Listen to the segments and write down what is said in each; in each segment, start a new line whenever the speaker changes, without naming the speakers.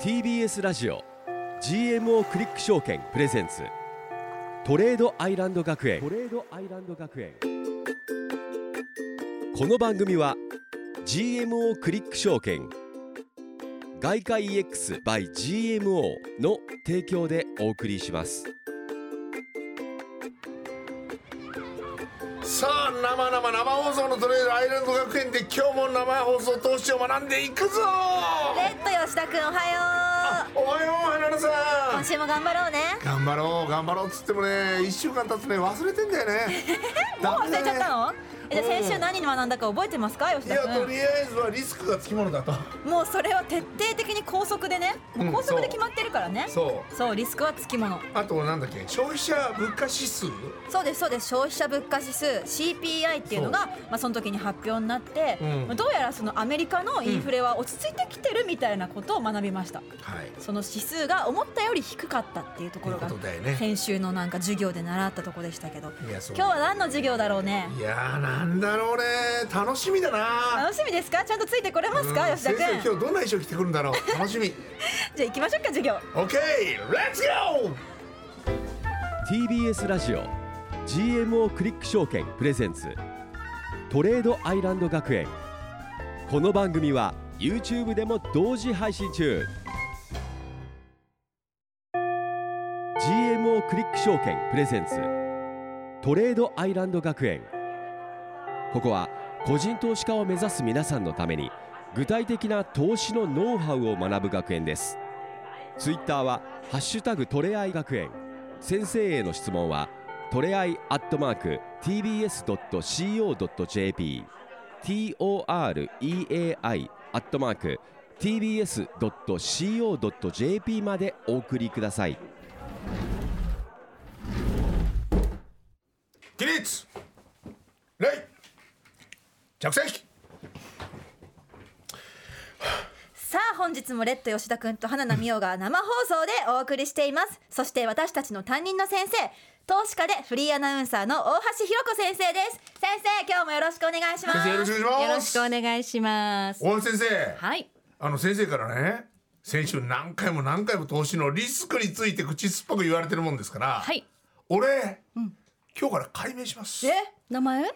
TBS ラジオ GMO クリック証券プレゼンツトレードアイランド学園トレードアイランド学園この番組は GMO クリック証券外貨 EX by GMO の提供でお送りします
さあ生生生放送のトレードアイランド学園で今日も生放送投資を学んでいくぞ
レッド吉田くんおはよ
おはよう花野さ
う今
ん
週も頑張ろうね
頑張ろう頑張ろうっつってもね一週間経つとね忘れてんだよね
もう忘れちゃったのえじゃあ
うん
先週何に学んだか覚えてますか吉
い
田
やと
く
りあえずはリスクがつきものだと
んもうそれは徹底的に高速でねもう
うん
高速で決まってるからね、
そ
そうリスクはつきもの
うあとなんだっけ消費者物価指数
そうですそうです消費者物価指数 CPI っていうのがまあ、その時に発表になって、
うん
まあどうやらそのアメリカのインフレは落ち着いてきてるみたいなことを学びました、
はい
その指数が思ったより低かったっていうところが
ということだよね
先週のなんか授業で習ったとこでしたけど
いやそう
今日は何の授業だろうね
いやーなんだろうね楽しみだな
楽しみですかちゃんとついてこれますか、
うん
吉田
先
君
生今日どんな衣装着てくるんだろう楽しみ
じゃあ行きましょうか授業
OK レッツゴー
TBS ラジオ GMO クリック証券プレゼンツトレードアイランド学園この番組は YouTube でも同時配信中 GMO クリック証券プレゼンツトレードアイランド学園ここは個人投資家を目指す皆さんのために具体的な投資のノウハウを学ぶ学園ですツイッターは「ハッシュタグトレアイ学園」先生への質問はトレアイアットマーク TBS.CO.JP TOREAI アットマーク TBS.CO.JP までお送りください
起立礼着席
さあ本日もレッド吉田君と花名美桜が生放送でお送りしていますそして私たちの担任の先生投資家でフリーアナウンサーの大橋ひろ子先生です先生今日もよろしくお願いします
先生よろしくお
よ
願いします
ろしくお願いします。
大橋先生
はい。
あの先生からね先週何回も何回も投資のリスクについて口酸っぱく言われてるもんですから、
はい。
俺、今日から改名しますレ
え
名前
ッ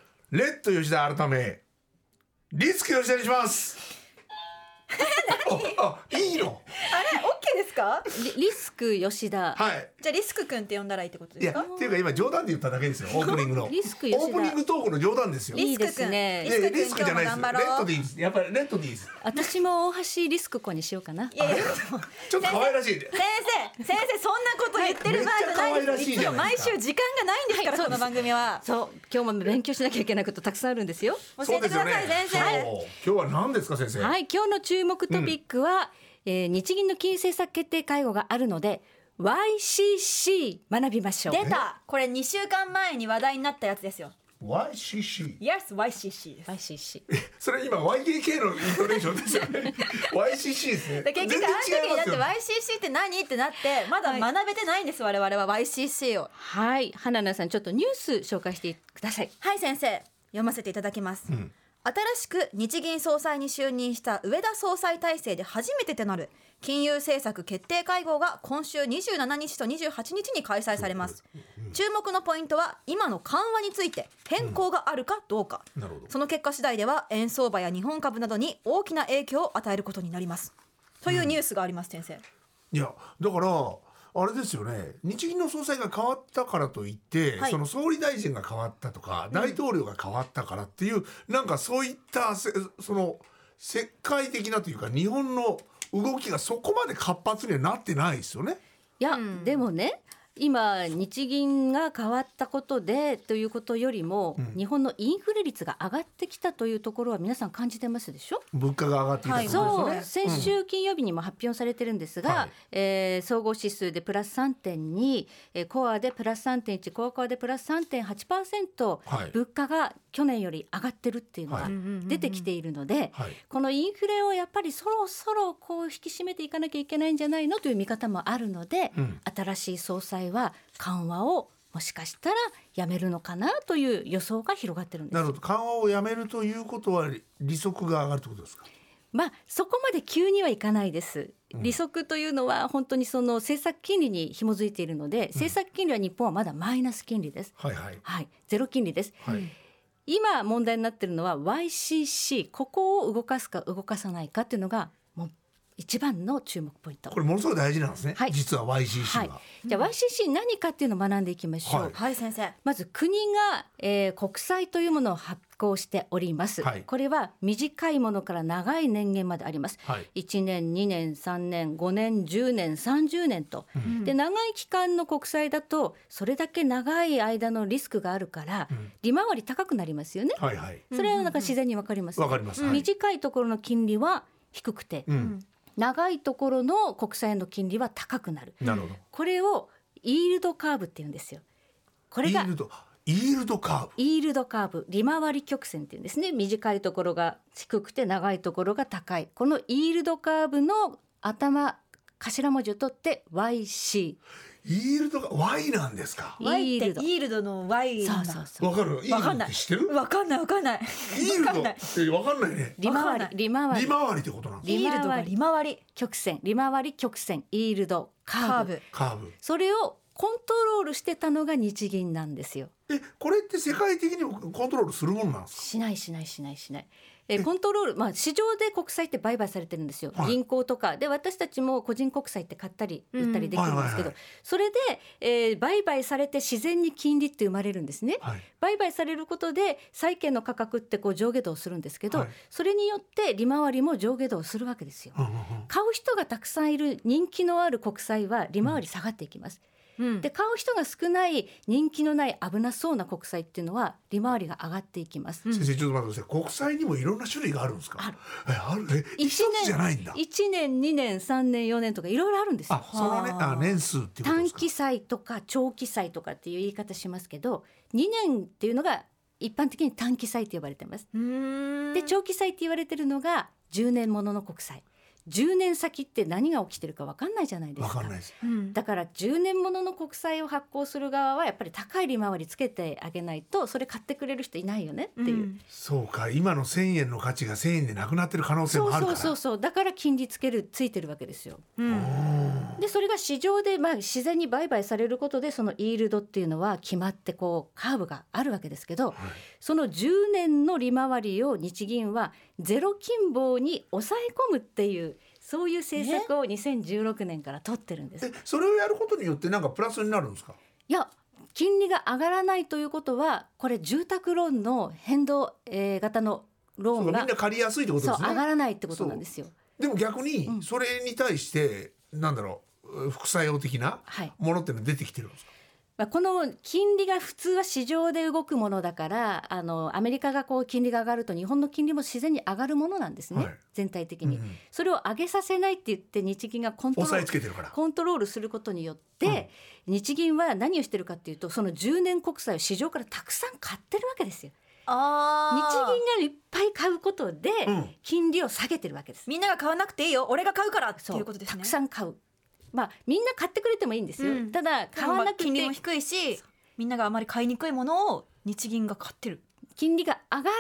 ド吉田改めリスク吉田にし ますああいいの
あれ OK ですか
リリスク吉田。
はい
じゃあリスク君って呼んだらいいってこと
い
です
や
か
っていうか今冗談で言っただけですよオープニングの
リスク吉田
オープニングトークの冗談ですよ
い
リ
い
ス
で
ク
す
君
ね
リ
いや
スク
リ
君
スク
今
じ
日
ゃ
も
ないですレ
頑張
ッ
ろ
ド
う
でいいですやっぱりレッドでいいです
私も大橋リスク子にしようかな。
いやいやでも
ちょっと可愛らしい
先生先生そんなこと言ってる場合じ
め
ゃない
っちゃ可愛ら
で
し
す
いじゃ
よ
ない
毎
ですか
週時間がないんですから、
はいそう
こ
で
の
す
番組は
そう、今日も勉強しなきゃいけないことたくさんあるんですよ。
教えてください、先
そ
生、
う今日は何ですか先生、
はい、今日の注目トピックは、えー日銀の金融政策決定会合があるので、YCC 学びましょう。
出たこれ2週間前に話題になったやつですよ
YCC
Yes YCC です
YCC。
それ今 YKK のイントネーションですよ ね YCC ですね
で結局あの時にだって
よ
YCC って何ってなってまだ学べてないんです、我々は YCC を
はい、花菜さん、ちょっとニュース紹介してください。
はい先生読ませていただきます、新しく日銀総裁に就任した上田総裁体制で初めてとなる金融政策決定会合が今週27日と28日に開催されます注目のポイントは今の緩和について変更があるかどうか、
なるほど
その結果次第では円相場や日本株などに大きな影響を与えることになりますというニュースがあります先生、
いやだからあれですよね日銀の総裁が変わったからといって、
はい
その総理大臣が変わったとか大統領が変わったからっていう、なんかそういったせその世界的なというか日本の動きがそこまで活発にはなってないですよね。
いや、でもね今日銀が変わったことでということよりも、
ん
日本のインフレ率が上がってきたというところは皆さん感じてますでしょ、
物価が上がっていた
は
と
い
ころ
そう
ですよね。
先週金曜日にも発表されてるんですが、
はい
えー総合指数でプラス3.2、えーコアでプラス3.1コアコアでプラス3.8%、
はい
物価が去年より上がってるっていうの
は
が
い
出てきているので、
はい
このインフレをやっぱりそろそろこう引き締めていかなきゃいけないんじゃないのという見方もあるので、
うん
新しい総裁は緩和をもしかしたらやめるのかなという予想が広がってるんで
な
す
るほど緩和をやめるということは利息が上がるということですか。
まあそこまで急にはいかないです。
うん
利息というのは本当にその政策金利に紐づいているので、政策金利は日本はまだマイナス金利です。
はいはい
はい、ゼロ金利です。
はい
今問題になってるのは YCC ここを動かすか動かさないかっていうのがもう一番の注目ポイント
こ。れものすごく大事なんですね、
はい
実は YCC は、
はい、じゃあ YCC 何かっていうのを学んでいきましょう。
はい
はい先生
まず国が、えー国債というものを発行しております、
はい
これは短いものから長い年限まであります、
はい
1年2年3年5年10年30年と、
うん
で長い期間の国債だとそれだけ長い間のリスクがあるから、
うん
利回り高くなりますよね、
はいはい
それはなんか自然にわかります、
わかります、はい
短いところの金利は低くて、
うん、
長いところの国債の金利は高くなる
なるほど
これをイールドカーブって言うんですよこれ
イ
が
ールドイールドカ
イールドカーブ利回り曲線っていうんですね短いところが低くて長いところが高いこのイールドカーブの頭頭文字を取って YC
ーブイールドが Y なんですか
Y ってイ
イールド
ールドの Y
そ
なん
う
だ
そうそう
わかるイ
わ
ー
か
ルド
んな
っ
い
て知ってる
わかんないわかんない
イール
わか
ド
んない
えわかんないね
利
わかん
回
な
り
い
利回
利
り
回りってことなんです
利
イールドが
回り
利回り
曲線利回り曲線イールドカ
カー
ーブ
ブ
カーブ
それをコントロールしてたのが日銀なんですよ
えこれって世界的にもコントロールするものなんですか
しないしないしないしない。えーコントロール、まあ、市場で国債って売買されてるんですよ、
はい
銀行とかで私たちも個人国債って買ったり売ったりできる
うん
んですけど、
はいはいはい
それで、えー売買されて自然に金利って生まれるんですね。
はい
売買されることで債券の価格ってこう上下動するんですけど、
はい
それによって利回りも上下動するわけですよ。
うんうんうん
買う人がたくさんいる人気のある国債は利回り下がっていきます。
うん
で買う人が少ない人気のない危なそうな国債っていうのは利回りが上がっていきます。
うん
先生ちょっと待ってください国債にもいろんな種類があるんですか
ある
えあるえ一
一年
つじゃないんだ
1年2年3年4年とかいろいろあるんですよ
あ。そのね
はあ
あ年数っていうことで
短
すか
期債とか長期債とかっていう言い方しますけど2年っていうのが一般的に短期債と呼ばれてます。
うーん
で長期債って言われてるのが10年ものの国債。10年先って何が起きてるか分かんないじゃないです
わ
か。
かんないです
うん
だから10年ものの国債を発行する側はやっぱり高い利回りつけてあげないとそれ買ってくれる人いないよねっていう、
うん
そうか今の1000円の価値が1000円でなくなってる可能性
そう
もあるか
そう
ら
そうそうだから金利つけるついてるわけですよ
うん
でそれが市場でまあ自然に売買されることでそのイールドっていうのは決まってこうカーブがあるわけですけど、その10年の利回りを日銀はゼロ金棒に抑え込むっていうそういう政策を2016年から取ってるんです
え。それをやることによってなんかプラスになるんですか
いや金利が上がらないということはこれ住宅ローンの変動、えー型のロ
そ
ー
うか
ン
み
が
んな借りやすいってこと
そ
で
う
す
上が
ね
らないってことなんですよ。
でも逆に
うん
それに対してなんだろう副作用的な
はい
ものっていうのは出てきてるんですか
まあ、この金利が普通は市場で動くものだからあのアメリカがこう金利が上がると日本の金利も自然に上がるものなんですね、
はい
全体的に、
うんうん
それを上げさせないって言って日銀がコントロ
抑え
ー
つ
ル
けてるから
コントロールすることによって、日銀は何をしてるかっていうとその10年国債を市場からたくさん買ってるわけですよ。日銀
あ
が
ー
いっぱい買うことで
うん
金利を下げてるわけです。
みんなが買わなくていいよ俺が買うからって
そう
いうことですね
たくさん買う。まあみんな買ってくれてもいいんですよ。
うん
ただ買わなくて
金利も低いしみんながあまり買いにくいものを日銀が買ってる
金利が上がらないよ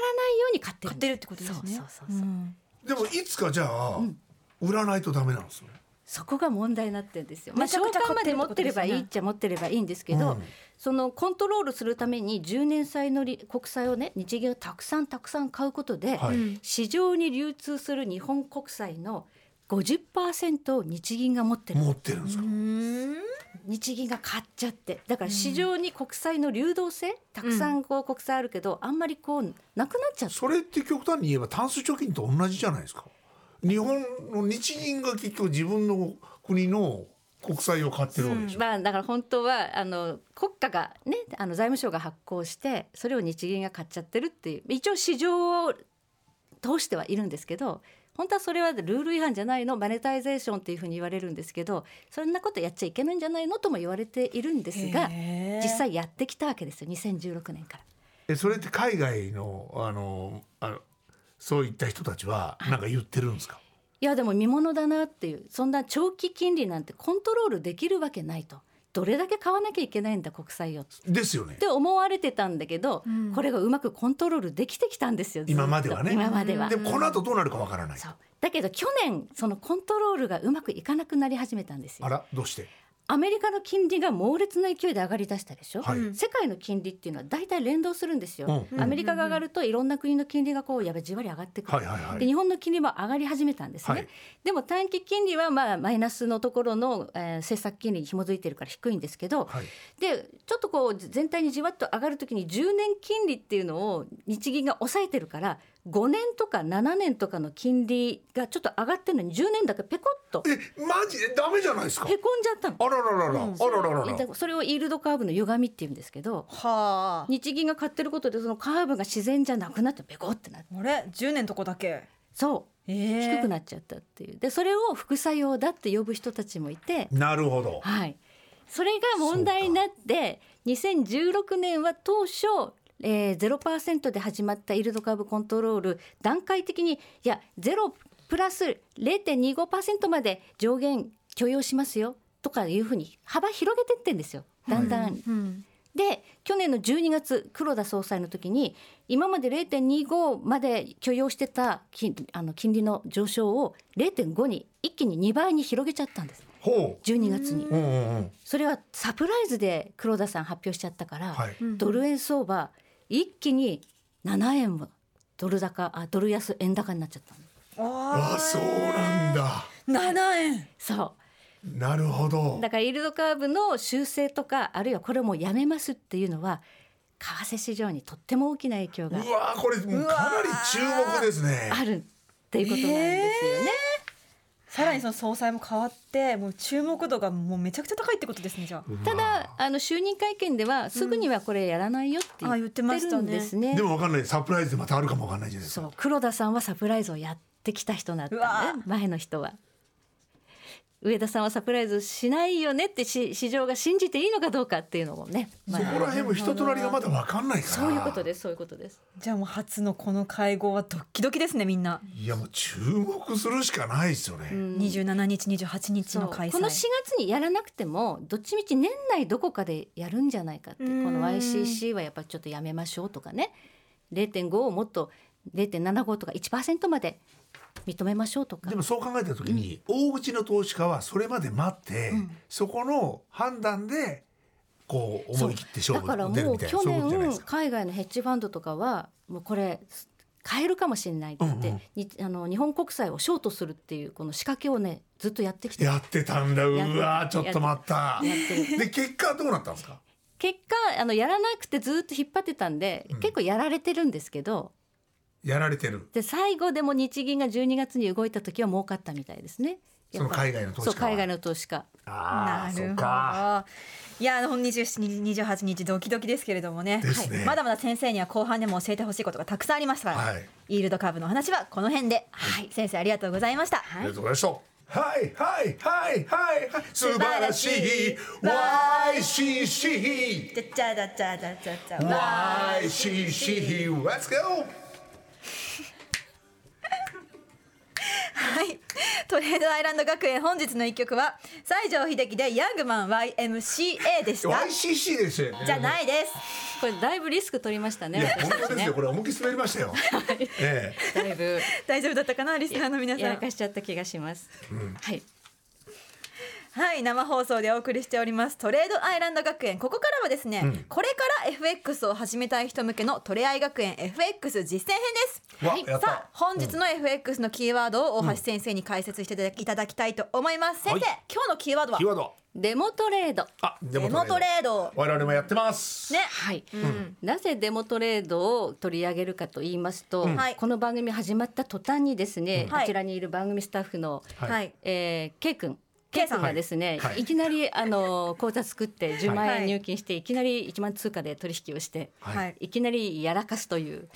うに買ってる
買
ん
っ
で
て
す
るってことですね
そうそうそうそう
うん
でもいつかじゃあ
ん
売らないとダメなんですよね
そこが問題になってるんですよ。まあ、
めちゃ
償
くちゃ
還
買
ま
って
で
るって
持
こ
っ
と
て
で
れ
すよ
ば
ね
いいっちゃ持ってればいいんですけど、
うん
そのコントロールするために10年債の利国債をね日銀がたくさんたくさん買うことで、
はい
うん
市場に流通する日本国債の50%を日銀が持ってる
持ってるんですか
日銀が買っちゃってだから市場に国債の流動性たくさんこう国債あるけど、あんまりこうなくなっちゃう
それって極端に言えばタンス貯金と同じじゃないですか日本の日銀が結局自分の国の国債を買ってるわけでしょ、
まあ、だから本当はあの国家が、ね、あの財務省が発行してそれを日銀が買っちゃってるっていう一応市場を通してはいるんですけど本当はそれはルール違反じゃないのマネタイゼーションっていうふうに言われるんですけどそんなことやっちゃいけないんじゃないのとも言われているんですが
へー
実際やってきたわけですよ2016年から。
えそれって海外のあのあのそういった人たちはなんか言ってるんですか、
いやでも見ものだなっていうそんな長期金利なんてコントロールできるわけないと。どれだけ買わなきゃいけないんだ国債をっ
ですよね
て思われてたんだけど、
うん
これがうまくコントロールできてきたんですよずっと
今まではね
今までは
でもこの後どうなるかわからない
そうだけど去年そのコントロールがうまくいかなくなり始めたんです
あ
よ
らどうして
アメリカの金利が猛烈な勢いで上がり出したでしょ、
はい、
うん
世界の金利っていうのは大体連動するんですよ、
うん
アメリカが上がるといろんな国の金利がこうやばいじわり上がってくる、
はいはいは
で
い
日本の金利も上がり始めたんですね、
はい
でも短期金利はまあマイナスのところの、えー政策金利に紐づいてるから低いんですけど、
はい
でちょっとこう全体にじわっと上がるときに10年金利っていうのを日銀が抑えてるから5年とか7年とかの金利がちょっと上がってるのに10年だけペコッと
えマジでダメじゃないですか
へこんじゃったの。
あらららら、
うん
あらららら
でそれをイールドカーブの歪みっていうんですけど
はあ
日銀が買ってることでそのカーブが自然じゃなくなってペコってなって
あれ10年とこだけ
そう
え
低く
な
なっちゃったっていうでそれを副作用だって呼ぶ人たちもいて、
なるほど
はい、それが問題になって2016年は当初、えー、0%で始まったイールドカーブコントロール段階的にいや0プラス0.25%まで上限許容しますよとかいうふうに幅広げてってんですよだんだん。
うん
で去年の12月黒田総裁の時に今まで0.25まで許容してた金あの金利の上昇を0.5に一気に2倍に広げちゃったんです
ほ
12月に
ううんうんうん
それはサプライズで黒田さん発表しちゃったから、
はい
ドル円相場一気に7円もドル高あドル安円高になっちゃったの
あ
あそうなんだ
7円
そう
なるほど
だからイールドカーブの修正とかあるいはこれもうやめますっていうのは為替市場にとっても大きな影響
う
が
わーこれもう
うわ
か
ー
なり注目ですね
あるっていうことなんですよね。
さらにその総裁も変わってもう注目度がもうめちゃくちゃ高いってことですねじゃあ
ただあの就任会見ではすぐにはこれやらないよって
うんあ言
言
っ
ってて
ました
る
ね
んですね。
でもわかんないサプライズでまたあるかもわかんないじゃないです
そ
か
う黒田さんはサプライズをやってきた人だっ
うわ
たね前の人は。上田さんはサプライズしないよねってし市場が信じていいのかどうかっていうのもね、ま
そ
あ
こら辺も人となりがまだわかんないから
そういうことですそういうことです。
じゃあもう初のこの会合はドッキドキですねみんない
やもう注目するしかないですよね、
うん
27日28日
そう
の
こ
開催
の4月にやらなくてもどっちみち年内どこかでやるんじゃないかってこ
う
の
ん
YCC はやっぱりちょっとやめましょうとかね0.5をもっと0.75とか1%まで認めましょうとか
でもそう考えた時に、大口の投資家はそれまで待って、そこの判断でこう思い切って勝
だ
負
から
に出る
もう
みたいな
去
そういうことじゃないで
年
すか。
海外のヘッジファンドとかはもうこれ買えるかもしれないって言って、
うんうん
にあの日本国債をショートするっていうこの仕掛けをねずっとやって きてや
やってたんだう
やって
わーちょっと待った
ってる。
で結果どうなったんですか
結果あのやらなくてずっと引っ張ってたんで、
うん
結構やられてるんですけど
やられてる
で最後でも日銀が12月に動いた時は儲かったみたいですね。
その海外の投資
そう
家は
海外の投資家
ああそうか
どいやあの27日28日ドキドキですけれどもね
ですね
はいまだまだ先生には後半でも教えてほしいことがたくさんありますから、
はい
イールドカーブの話はこの辺で、はい、先生ありがとうございました、
ありがとうございましたはいはいはいはいはい素晴らしい YCC
じゃじゃじゃじゃじゃじゃじゃ
YCC Let's go
はい、トレードアイランド学園本日の一曲は西城秀樹でヤングマン YMCA でした
YCC ですよね
じゃないです
これだいぶリスク取りました
い
ね
や
私
本当
たち
です
ね
よこれ思いっきり滑りま したよ、ええ
だいぶ
大丈夫だったかなリスナーの皆さ
や
ん
らかしちゃった気がします。はい
はい生放送でお送りしておりますトレードアイランド学園ここからはですね、これから FX を始めたい人向けのトレアイ学園 FX 実践編です
わ
はい
やった
さあ本日の FX のキーワードを大橋先生に解説していただき,、たいと思います先生、
はい
今日のキーワードは
キーワード
デモトレード
あデ
デモトレード
我々もやってます、
ね
はい、なぜデモトレードを取り上げるかと言いますと、
はい
この番組始まった途端にですね、
はい
こちらにいる番組スタッフの、
はい
はい
えー、K 君
K
K
さん
君がですね、
はい
い、きなりあの口座作って10万
はい
円入金して、い、きなり1万通貨で取引をして、
はい
はいい
い、きなりやらかすという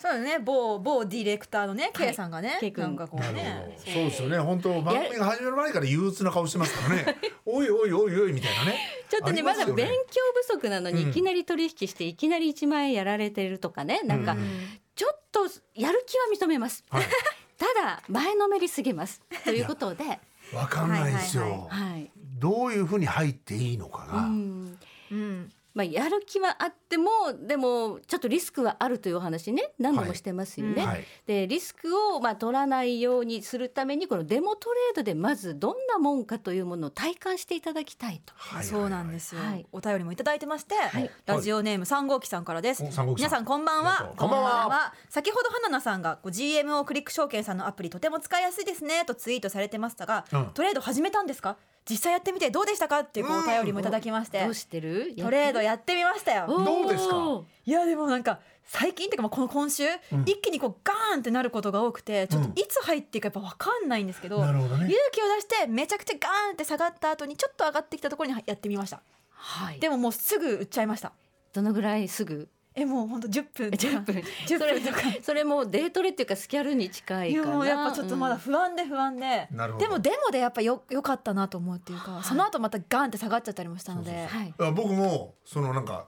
そうだね某某ディレクターのね、
はい
K さんがね
K 君
なんかこ
な
う
る
ね
ほどそうですよね本当番組が始まる前から憂鬱な顔してますから ねおいおいおいおいみたいなね
ちょっと
あ
ね
り
ますだ
よ
勉強不足なのに
うん
いきなり取引していきなり1万円やられてるとかね、なんか
うん
ちょっとやる気は認めます、
はい
ただ前のめりすぎますということで。
わかんないですよ、
はいはい
はい
どういうふうに入っていいのか
う
が、
ん
うん
まあ、やる気はあってもでもちょっとリスクはあるというお話ね何度もしてますよね。
うん
はい
でリスクをまあ取らないようにするためにこのデモトレードでまずどんなもんかというものを体感していただきたいと。
はい
そうなんですよ、
はい
お便りもいただいてまして、
い
ラジオネーム三号機さんからです
お三号機さん
皆さんこんばんは
こんばんは
先ほど花菜さんがこう GMO クリック証券さんのアプリとても使いやすいですねとツイートされてましたが、
うん
トレード始めたんですか実際やってみてどうでしたかっていうこうお便りもいただきまして、
どうしてる
トレードやってみましたよ
おー
どうですか
いやでもなんか最近っていうかまあこの今週、
ん
一気にこうガーンってなることが多くてちょっと
うん
いつ入っていいかやっぱ分かんないんですけど,、
なるほどね
勇気を出してめちゃくちゃガーンって下がった後にちょっと上がってきたところにやってみました
はい、
で
で
ももうすぐ売っちゃいました
どのぐらいすぐ
えもうほんと10分とか
10分
10分とか
それそれもデートレっていうかスキャルに近い
い
か
や
な
もうやっぱちょっとまだ不安で不安で、
なるほど
でもでもでやっぱよ良かったなと思うっていうか、
はい
その後またガーンって下がっちゃったりもしたので
うんはい、
あ僕もそのなんか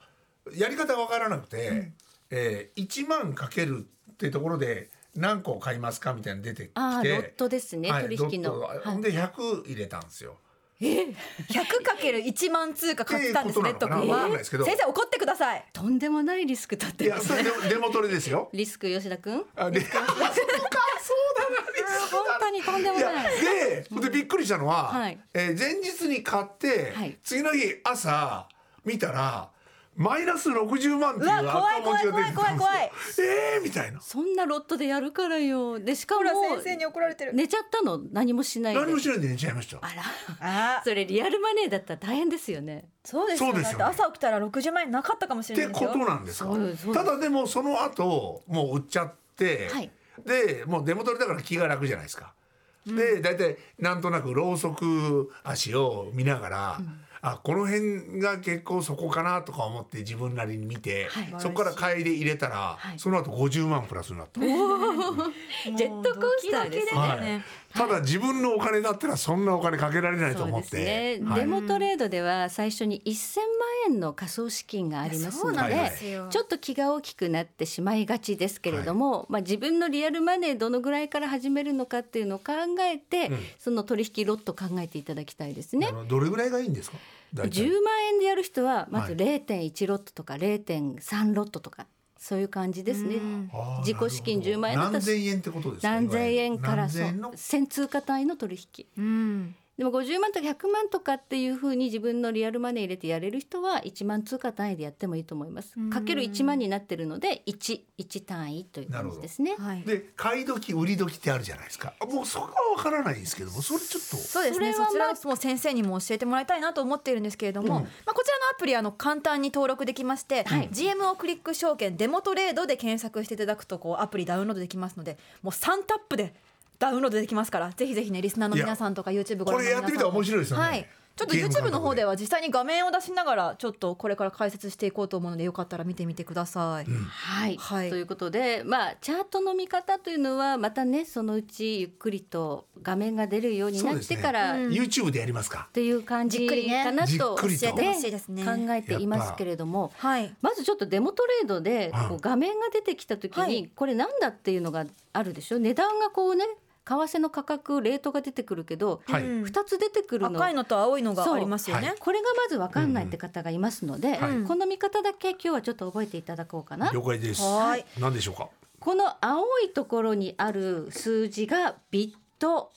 やり方わからなくて、えー、1万かけるってところで何個買いますかみたいなの出てきて
ああロットですね、
はい
取引の
ロット
はい
で100入れたんですよ。
100×1 万通貨買ったんですね
ってこととな
か
のかなわかんないですけど
先生怒ってください
とんでもないリスクだっ
い
て
や
ます
それでデモトレですよ。
リスク吉田君
あでそうかそうだなリスク
本
だな
当にとんでも
いや
ない
ででびっくりしたのは、
はい
えー前日に買って、
はい
次の日朝見たらマイナス60万っていう
うわ怖い
赤文字が出てきたん
怖い怖い
ですよ
怖い。
えーみたいな。
そんなロットでやるからよでしかも
に怒られて
寝ちゃったの何もしないで
何もしないで寝ちゃいました。
あら
あ
それリアルマネーだったら大変ですよね
そうですよ
そうですよね
だって朝起きたら60万円なかったかもし
っ
れな
て
いです
こ
よ
となんですか
そうですそうで
た
す
だでもその後もう売っちゃって、
はい
でもうデモ取りだから気が楽じゃないですか。で大体なんとなくろうそく足を見ながら、あこの辺が結構そこかなとか思って自分なりに見て、
はい
そこから買いで入れたら、
はい
その後50万プラスになった。
もう
ジェットコースターです
ドキド
ね
キだよね
ただ自分のお金だったらそんなお金かけられないと思っ
そう
て
です、ね、
はい
デモトレードでは最初に1000万円の仮想資金があります
そう
の
な
で、
は
ん
いはい
ですよ
ちょっと気が大きくなってしまいがちですけれども、まあ、自分のリアルマネーどのぐらいから始めるのかっていうのを考えて、
うん
その取引ロットを考えていただきたいですね
あ。のどれぐらいがいいんですか大体
10万円でやる人はまず
はい
0.1ロットとか0.3ロットとかそういう感じですね。
うん
あー
自己資金10万円だったら
何千円ってことですか
何千円か
何
らそ
千
う
円の
1000通貨単位の取引
うん
でも50万とか100万とかっていうふうに自分のリアルマネー入れてやれる人は1万通貨単位でやってもいいと思います
うん
かける1万になってるので11単位という感じですね
はい
で買い時売り時ってあるじゃないですかあもうそこはわからないんですけどもそれちょっと
そうですね
そ
そ,、
れはまあ
ちらもう先生にも教えてもらいたいなと思っているんですけれども、
うん
まあ、こちらのアプリあの簡単に登録できまして、
はい
GMO クリック証券デモトレードで検索していただくとこうアプリダウンロードできますのでもう3タップでダウンロードできますからぜひぜひねリスナーの皆さんとか YouTube ご覧の皆さんも
これやってみたら面白いですよね
はいちょっと
ゲーム感
YouTube
覚で
の方では実際に画面を出しながらちょっとこれから解説していこうと思うのでよかったら見てみてください。
はい、
はい
ということで、まあ、チャートの見方というのはまたねそのうちゆっくりと画面が出るようになってか
そ
ら、
うですねうん
YouTube でやりますか
っていう感じ
じっくりね
かなと
じっくりと
教えて
ほしいですね
考えていますけれども、
はい
まずちょっとデモトレードで
はい
こう画面が出てきた時に、
はい
これなんだっていうのがあるでしょ値段がこうね為替の価格レートが出てくるけど、
はい
うん
2つ出てくるの
赤いのと青いのがありますよね。
そうは
これがまず分かんないって方がいますので、
うん
うんはい
この見方だけ今日はちょっと覚えていただこうかな。
了解です
はい
何でしょうか
この青いところにある数字がビット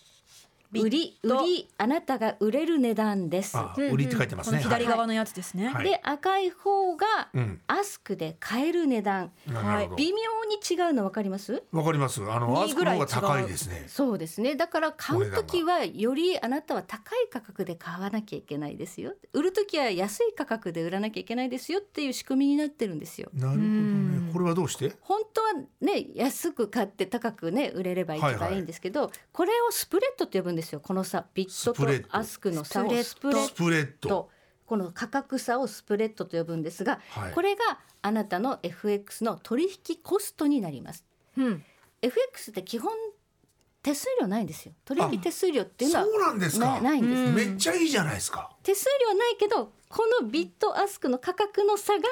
ビット
売り売りあなたが売れる値段です。
あ
うん
売りって書いてますね
この左
はい
側のやつですね。
はい
で赤い方が
うん
アスクで買える値段、
な
はい
なるほ
微妙に違うの分かります
どわかりますあのア
二
スク
ぐ
の
らい
方
違う
が高いですね
そうですねだから買う時はよりあなたは高い価格で買わなきゃいけないですよ売る時は安い価格で売らなきゃいけないですよっていう仕組みになってるんですよ。
なるほど
うん
ねこれはどうして
本当はね安く買って高くね売れれば一
はいは
番
い
いいんですけど、これをスプレッドって呼ぶんですよこの差ビット
スプレッ
と
ド
アスクの差をス
ス
プ
プ
レ
レ
ッ
スプレッド
ドこの価格差をスプレッドと呼ぶんですが、
はい
これがあなたの FX の取引コストになります
うん、
FX って基本手数料ないんですよ取引手数料っていうのは
そうなんです
な
か
ないんです、
うん
めっちゃいいじゃないですか
手数料ないけどこのビットアスクの価格の差が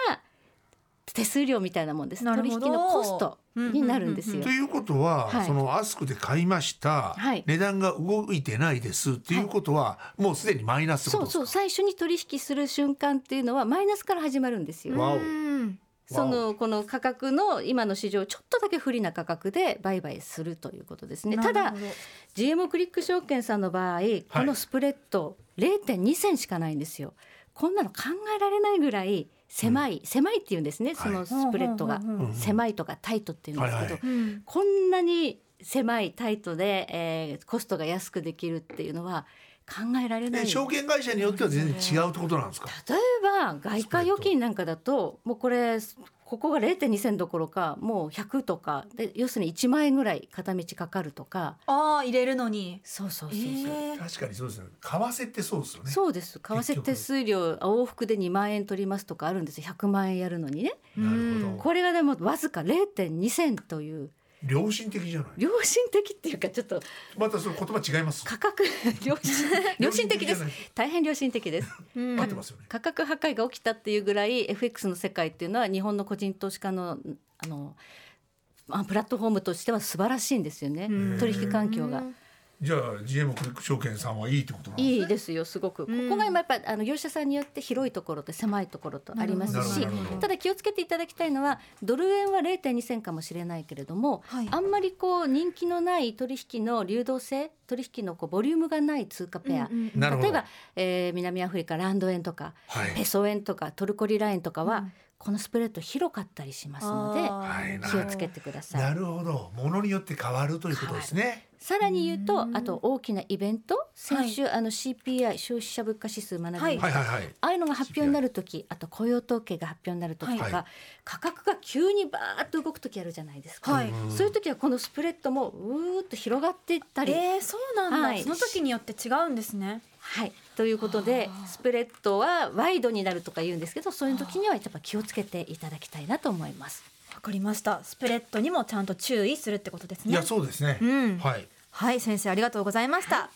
手数料みたいなもんです
なる
取
ほど
引のコストになるんですよ。
ということは、
はい
そのアスクで買いました、
はい
値段が動いてないですっていうことは、もうすでにマイナスって
そ
こ
うそ
と
う
ですか
最初に取引する瞬間っていうのはマイナスから始まるんですよ。
わお
うん
そのこの価格の今の市場ちょっとだけ不利な価格で売買するということですね。た
な
だ
るほど
GMO クリック証券さんの場合このスプレッド0.2銭しかないんですよ。こんなの考えられないぐらい狭い、狭いっていうんですねそのスプレッドが、
うんうんうん
うん
狭いとかタイトっていうんですけど、
はいはい
うん
こんなに狭いタイトで、えーコストが安くできるっていうのは考えられな
え
い。
証券会社によっては全然違うってことなんですか
例えば外貨預金なんかだともうこれここが0.2銭どころかもう100とかで要するに1万円ぐらい片道かかるとか
ああ入れるのに
そうそうそうそう、
えー
確かにそうですよね為替ってそうですよね
そうです為替手数料往復で2万円取りますとかあるんですよ100万円やるのにね
なるほど
これがでもわずか0.2銭という
良心的じゃない
良心的っていうかちょっと
またその言葉違います
価格良心良心的です
良
大変良心的です
うん
合ってますよね
価格破壊が起きたっていうぐらい FX の世界っていうのは日本の個人投資家のあのまあプラットフォームとしては素晴らしいんですよね
うん
取引環境が
じゃあ GM クリック証券さんはいいってことなんです
いいですよすごくこ
うん
こが今やっぱあの業者さんによって広いところと狭いところとありますし
なるほど
ただ気をつけていただきたいのはドル円は0.2銭かもしれないけれども
はい
あんまりこう人気のない取引の流動性取引のこうボリュームがない通貨ペア
うんうん
なるほど
例えば、えー南アフリカランド円とか
は
ペ
い
ソ円とかトルコリラ円とかは、
うん
このスプレッド広かったりしますの
あ
で
はい
ー
気をつけてくださ
ないるほど物によって変わるということですね
さらに言うと
うん
あと大きなイベント先週、あの CPI 消費者物価指数学びました、
は
はい
い
はいはい
ああいうのが発表になる時あと雇用統計が発表になる時とか、
はい
価格が急にバーッと動く時あるじゃないですか、
はい
うん
そういう時はこのスプレッドもうーっと広がっていったり、
えー、そうなんだ、
はい
その時によって違うんですね
はい、ということでスプレッドはワイドになるとか言うんですけどそういう時にはやっぱ気をつけていただきたいなと思います。
わかりましたスプレッドにもちゃんと注意するってことですね
いやそうですね
うん
はい
はい先生ありがとうございました、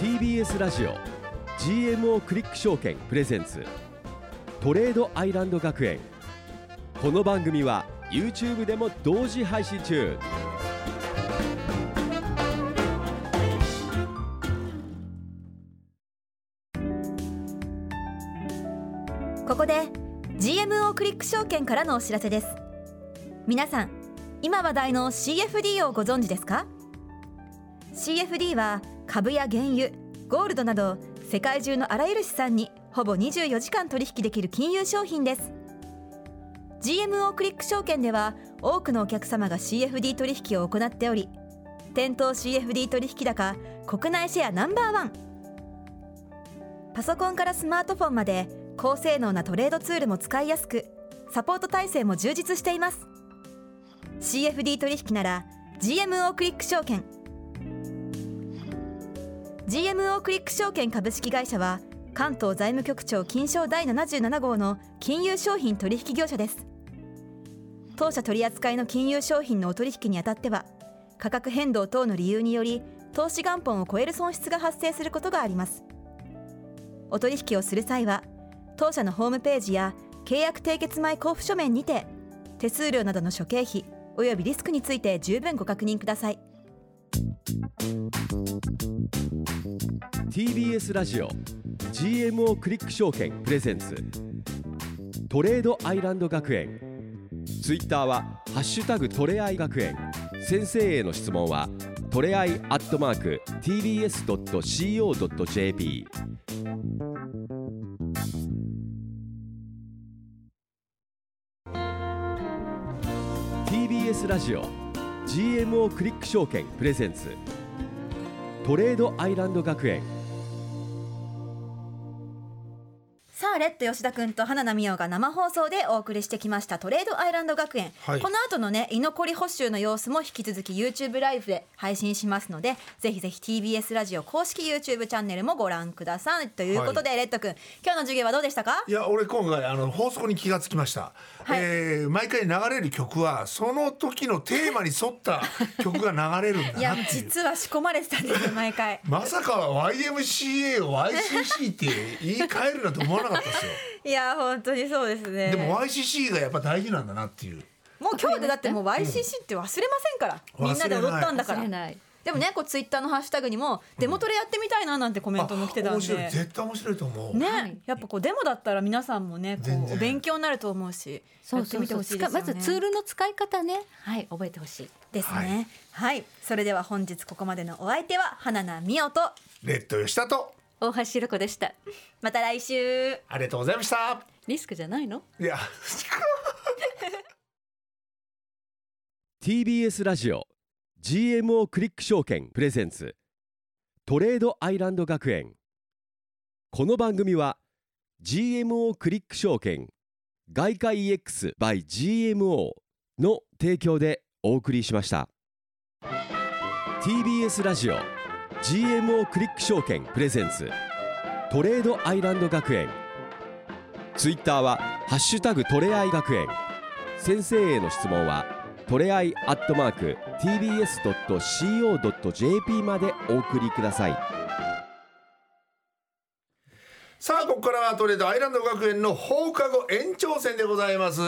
TBS ラジオ GMO クリック証券プレゼンツトレードアイランド学園この番組は YouTube でも同時配信中
ここで GMO クリック証券からのお知らせです皆さん今話題の CFD をご存知ですか CFD は株や原油ゴールドなど世界中のあらゆる資産にほぼ24時間取引できる金融商品です GMO クリック証券では多くのお客様が CFD 取引を行っており店頭 CFD 取引高国内シェアナンバーワンパソコンからスマートフォンまで高性能なトレードツールも使いやすくサポート体制も充実しています CFD 取引なら GMO クリック証券 GMO クリック証券株式会社は関東財務局長金賞第77号の金融商品取引業者です当社取扱いの金融商品のお取引にあたっては価格変動等の理由により投資元本を超える損失が発生することがありますお取引をする際は当社のホームページや契約締結前交付書面にて手数料などの諸経費およびリスクについて十分ご確認ください
TBS ラジオ GMO クリック証券プレゼンツトレードアイランド学園ツイッターは「ハッシュタグトレアイ学園」先生への質問はトレアイアットマーク TBS.CO.JP 「TBS ラジオ GMO クリック証券プレゼンツ」トレードアイランド学園
さあレッド吉田君と花奈美桜が生放送でお送りしてきましたトレードアイランド学園、
はい
この後のね居残り補修の様子も引き続き YouTube ライブで配信しますのでぜひぜひ TBS ラジオ公式 YouTube チャンネルもご覧くださいということで、レッド君今日の授業はどうでしたか
いや俺今回あの法則に気がつきました、
はい
えー毎回流れる曲はその時のテーマに沿った曲が流れるん だ
い
な
や
っていう
実は仕込まれてたん ですよ毎回
まさか YMCA を YCC って言い換えるなんて思わなかったですよ
いや本当にそうですね
でも YCC がやっぱ大事なんだなっていう
もう今日でだってもう YCC って忘れませんから、
うん
みんなで踊ったんだか
忘
ら
れない
でもねこうツイッターのハッシュタグにもデモトレやってみたいななんてコメントも来てたん
面
で、
白い絶対面白いと思う、
ね、
はい
やっぱこうデモだったら皆さんもねこ
全
う
然
お勉強になると思うし
そうそ
やってみ
うそう
てほしいですよね
使いまずツールの使い方ねはい覚えてほしい
ですねはい、それでは本日ここまでのお相手は花名美桜と
レッド吉田と
大橋ひろ子でした
また来週
ありがとうございました
リスクじゃないの
いや
TBS ラジオ GMO クリック証券プレゼンツトレードアイランド学園この番組は GMO クリック証券外貨 EX by GMO の提供でお送りしました TBS ラジオ GMO クリック証券プレゼンツトレードアイランド学園ツイッターは「ハッシュタグトレアイ学園」先生への質問はトレアイアットマーク TBS.CO.JP までお送りください
さあここからはトレードアイランド学園の放課後延長戦でございます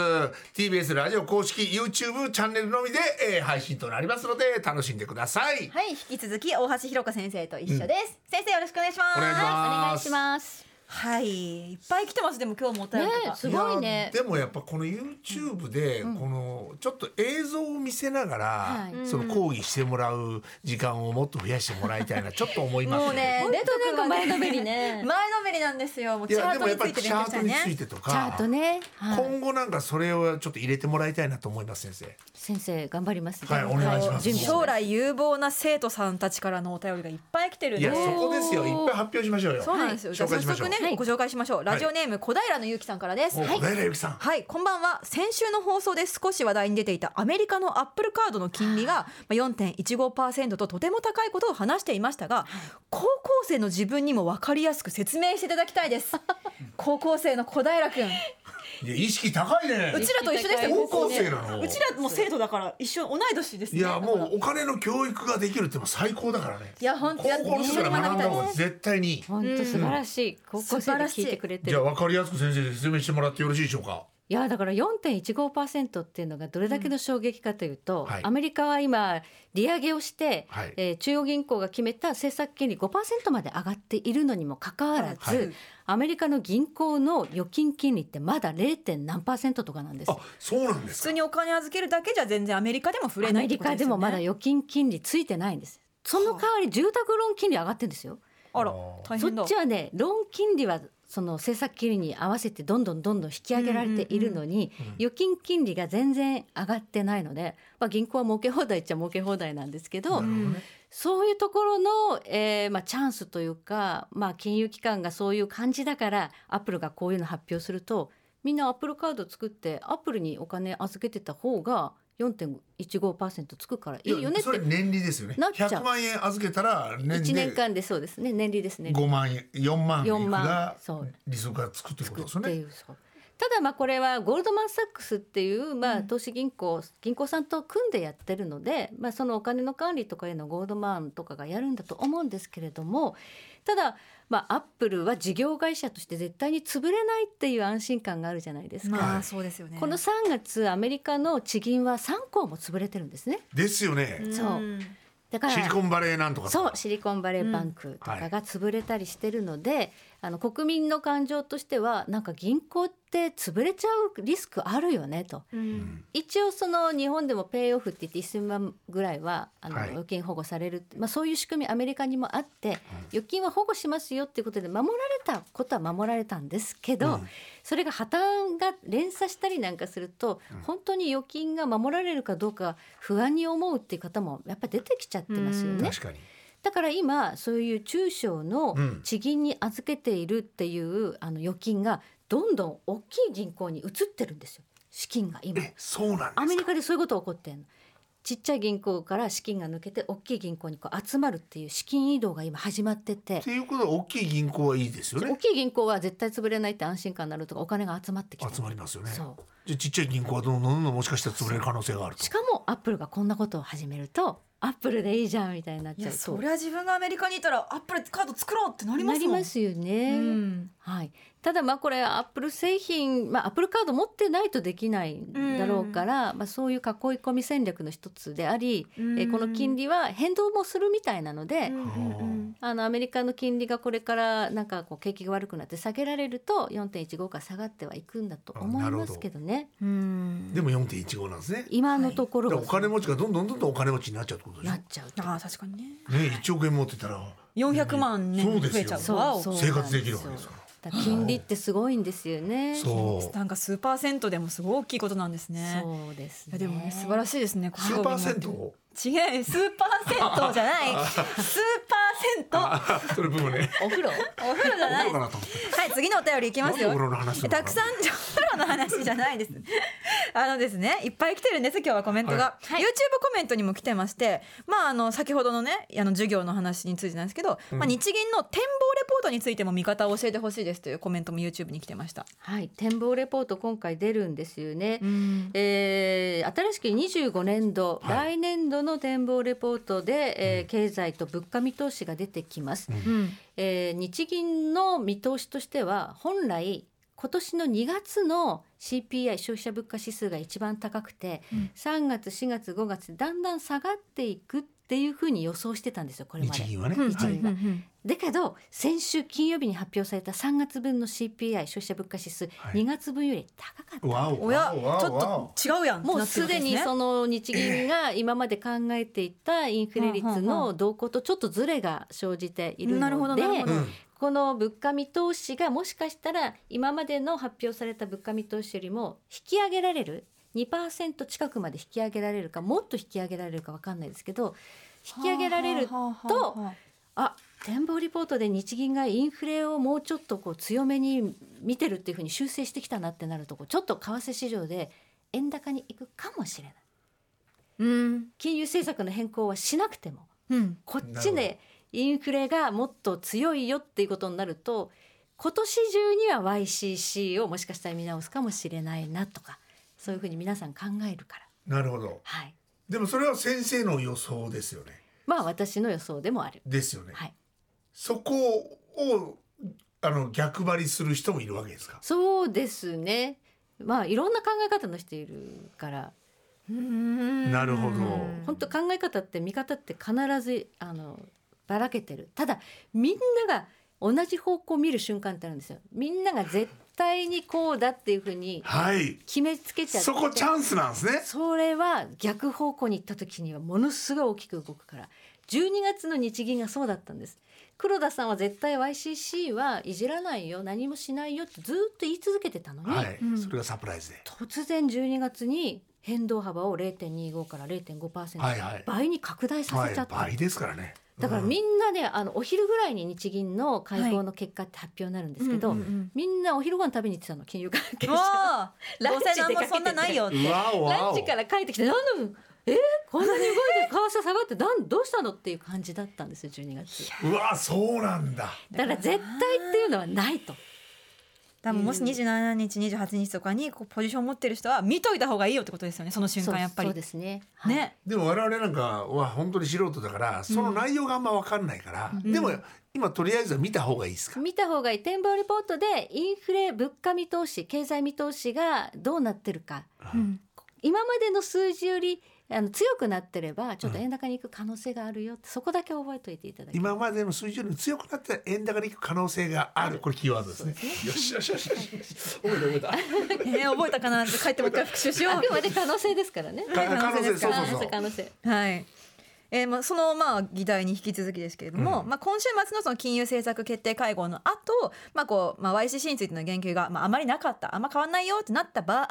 TBS ラジオ公式 YouTube チャンネルのみで、えー配信となりますので楽しんでください、
はい引き続き大橋ひろ子先生と一緒です、先生よろしくお願いします
お願いし
お
ま
願いします
はいいっぱい来てますでも今日もお便りとか、
ねすごいね
やでもやっぱこの YouTube でこのちょっと映像を見せながら
は
その講義してもらう時間をもっと増やしてもらいたいなちょっと思います
もうね
本
出と
当
く
な
は
んか
ね
前のめりね
前のめりなんですよもう
い
チ
や
ャ
で
ート
もや
に
っ
つ
ぱり
いて
チ
勉強
ャー
した
ト
い
に
ね
ついてとか
チャートね、はい、
今後なんかそれをちょっと入れてもらいたいなと思います先生
先生頑張ります
はいお願いします
準備
将来有望な生徒さんたちからのお便りがいっぱい来てるん
い
で
やそこですよいっぱい発表しましょうよ
そうなんですよ、
はい
じゃあ
紹介しま
早
しょ
速
う
ね、
はい
ご紹介しましょうラジオネーム小平のゆうきさんからです
お
はい
小平由紀さん
はい、こんばんは。先週の放送で少し話題に出ていたアメリカのアップルカードの金利がまあ4.15%ととても高いことを話していましたが、高校生の自分にも分かりやすく説明していただきたい です。高校生の小平くん、
いや意識高いね
うちらと一緒ですよ。
高校生なの
うちらも生徒だから一緒同い年です
い
ね。
やも
だか
うお金の教育ができるってもう最高だからね
いや本当
高校の人から学んだ方が絶対にいい
本当素晴らしい、高校生が聞いてくれて
じゃ
る
あ
い
分かりやすく先生に説明してもらってよろしいでしょうか
やだから4.15%っていうのがどれだけの衝撃かというと、
はい
アメリカは今利上げをして、
はい
えー中央銀行が決めた政策金利5%まで上がっているのにもかかわらず、
はい
アメリカの銀行の預金金利ってまだ 0. 何パーセントとかなんです
あそうなんです
普
か
通にお金預けるだけじゃ全然アメリカでも触れ
ア
な
メ
いって
リ
こと
カ
です
で
よね。
もまだ預金金利ついてないんですその代わり住宅ローン金利上がってるんですよ
あら大
そ
変だ。
っちはねローン金利はその政策金利に合わせてどんどんどんどん引き上げられているのに、預金金利が全然上がってないので、まあ、銀行は儲け放題っちゃ儲け放題なんですけど、そういうところの、えーまあ、チャンスというか、まあ、金融機関がそういう感じだからアップルがこういうの発表するとみんなアップルカード作ってアップルにお金預けてた方が4.15%つくからいいよねっ
それ
て
年利ですよね
なっちゃう
100万円預けたら年
1年
で
間でそうですね年利ですね。
5万円4万い
4
く
万
が
そう
利息がつくってことですよ
って
ね
いうそうただまあこれはゴールドマン・サックスっていうまあ投資銀行、銀行さんと組んでやってるので、まあ、そのお金の管理とかいうのをゴールドマンとかがやるんだと思うんですけれどもただまあアップルは事業会社として絶対に潰れないっていう安心感があるじゃないですか。
ま
は
あ
い
そうですよね。
この3月アメリカの地銀は3行も潰れてるんですね。
ですよね
ん
そうだから
シリコンバレーなんとかと
そう
か
シリコンバレーバンクと
は
か
い
が潰れたりしてるので、あの国民の感情としてはなんか銀行って潰れちゃうリスクあるよねと
うん
一応その日本でもペイオフって言って1000万ぐらいはあの
はい
預金保護されるって、まあ、そういう仕組みアメリカにもあって預金は保護しますよっていうことで守られたことは守られたんですけど、それが破綻が連鎖したりなんかすると、本当に預金が守られるかどうか不安に思うっていう方もやっぱ出てきちゃってますよね。
確かに
だから今そういう中小の
うん
地銀に預けているっていう、あの預金がどんどん大きい銀行に移ってるんですよ資金が今
えそうなんですか
アメリカでそういうこと起こってんのちっちゃい銀行から資金が抜けて大きい銀行にこう集まるっていう資金移動が今始まってて
っていうことは大きい銀行はいいですよ
大
ね
きい銀行は絶対潰れないって安心感になるとかお金が集まってきて
集まりますよね
そう
じゃあちっちゃい銀行はどんどんどんどんもしかしたら潰れる可能性があると
しかもアップルがこんなことを始めるとアップルでいいじゃんみたいになっ
い
ちゃ
や
う
そ
と
りゃ自分がアメリカにいたらアップルカード作ろうってなりま
な
す
り
もん
ますよね。
うん
はい、ただまあこれアップル製品、まあ、アップルカード持ってないとできないだろうから、まあ、そういう囲い込み戦略の一つであり、えーこの金
利
利は変動もするみたいなので、
ん
あのアメリカの金利がこれからなんかこう景気が悪くなって下げられると4.15から下がってはいくんだと思いますけどね
でも4.15なんですね
今のところ
だか
は
らお金持ちがどんどんどんどんお金持ちになっちゃうってことでしょ
な
ね
っちゃうと
ああ確かにね
1億円持ってたら
400万ね
そうです
増
よ
えちゃうわ
そう
お
そう
生活できるわけですから
だから金利ってすごいんですよね
そう
なんか数パーセントでもすごい大きいことなんですね
そうです
い
ね
やでもね素晴らしいですね
数パーセント
違うスーパーセントじゃない スー パーセント
あそれ部分ね
お風呂
お風呂じゃない
どうかなと思って
はい、次のお便りいきますよ。
なんで俺の話なの
たくさん、プロの話じゃないです。 あのですね、いっぱい来てるんです、今日はコメントが。YouTube コメントにも来てまして、まあ、あの、先ほどのね、あの、授業の話についてなんですけど、まあ、日銀の展望レポートについても見方を教えてほしいですというコメントも YouTube に来てました。
はい展望レポート今回出るんですよね、
ん
えー新しく25年度、
は
来年度の展望レポートで、えー経済と物価見通しが出てきます、
うん。
えー日銀の見通しとしては本来今年の2月の CPI 消費者物価指数が一番高くて、3月4月5月だんだん下がっていくっていうふうに予想してたんですよこれま
日
で。
銀はね
うん
は
銀
い
はだけど先週金曜日に発表された3月分の CPI 消費者物価指数、
はい
2月分より高かった。
わお
おや
わおわ
ち
おわ
ょ
お
っと違うやん。
もうすでにそ
の。
の日銀が今まで考えていたインフレ率の動向とちょっとずれが生じている
なるほ
の
ど
で
なるほど
うん
この物価見通しがもしかしたら今までの発表された物価見通しよりも引き上げられる2%近くまで引き上げられるかもっと引き上げられるか分かんないですけど引き上げられる
はあはあはあはあ、
あ展望リポートで日銀がインフレをもうちょっとこう強めに見てるっていうふうに修正してきたなってなるとこうちょっと為替市場で円高に行くかもしれない
うん。
金融政策の変更はしなくても
うん。
こっ
なるほ
ち
ど
でインフレがもっと強いよっていうことになると今年中には YCC をもしかしたら見直すかもしれないなとかそういうふうに皆さん考えるから、
なるほど
はい、
でもそれは先生の予想ですよね
まあ私の予想でもある。
ですよね
はい
そこをあの逆張りする人もいるわけですか
そうですねまあいろんな考え方の人いるから
なるほど
本当考え方って見方って必ずあのばらけてるただみんなが同じ方向を見る瞬間ってあるんですよみんなが絶対にこうだっていうふうに
はい
決めつけちゃって
そこチャンスなんですね
それは逆方向に行った時にはものすごい大きく動くから12月の日銀がそうだったんです黒田さんは絶対 YCC はいじらないよ何もしないよってずっと言い続けてたのに、
はい、
うん
それがサプライズで
突然12月に変動幅を0.25から
はいはい
0.5%倍に拡大さ
は
せちゃっ
い
た、
倍ですからね
だから
うん
みんなで、あのお昼ぐらいに日銀の会合の結果って発表になるんですけど、
うんうんうん
みんなお昼ご飯食べに行ってたの金融関係者
わあ
ラ
ど
ン
う
チ
せ何もそんなないよって。
うわおわ
ラ
お
ンチから帰ってきて何のえこんなに動いて為替下がってなんどうしたのっていう感じだったんですよ12月
うわそうなんだ
だから絶対っていうのはないと
多分もし27日28日とかにこうポジション持ってる人は見といた方がいいよってことですよねその瞬間やっぱり
そうそうですねはい
ね
でも我々なんかは本当に素人だからその内容があんま分かんないから、でも今とりあえずは見た方がいいですか、
見た方がいい展望リポートでインフレ物価見通し経済見通しがどうなってるか
うん
今までの数字よりあの強くなってればちょっと円高に行く可能性があるよって、そこだけ覚えておいていただきたい
今までの水準より強くなって円高に行く可能性があるこれキーワードですねよしよしよしよしよし覚えた覚え
えー、覚えたかなって帰ってもう一回復習しよ
あ くま
う
で可能性ですからね
たか可能性そうそう
可能
そ
性
う
可能性
はいえー、まあそのまあ議題に引き続きですけれども、
うん
まあ、今週末のその金融政策決定会合の後、まあこうまあ YCC についての言及がまああまりなかったあんま変わんないよってなった場合、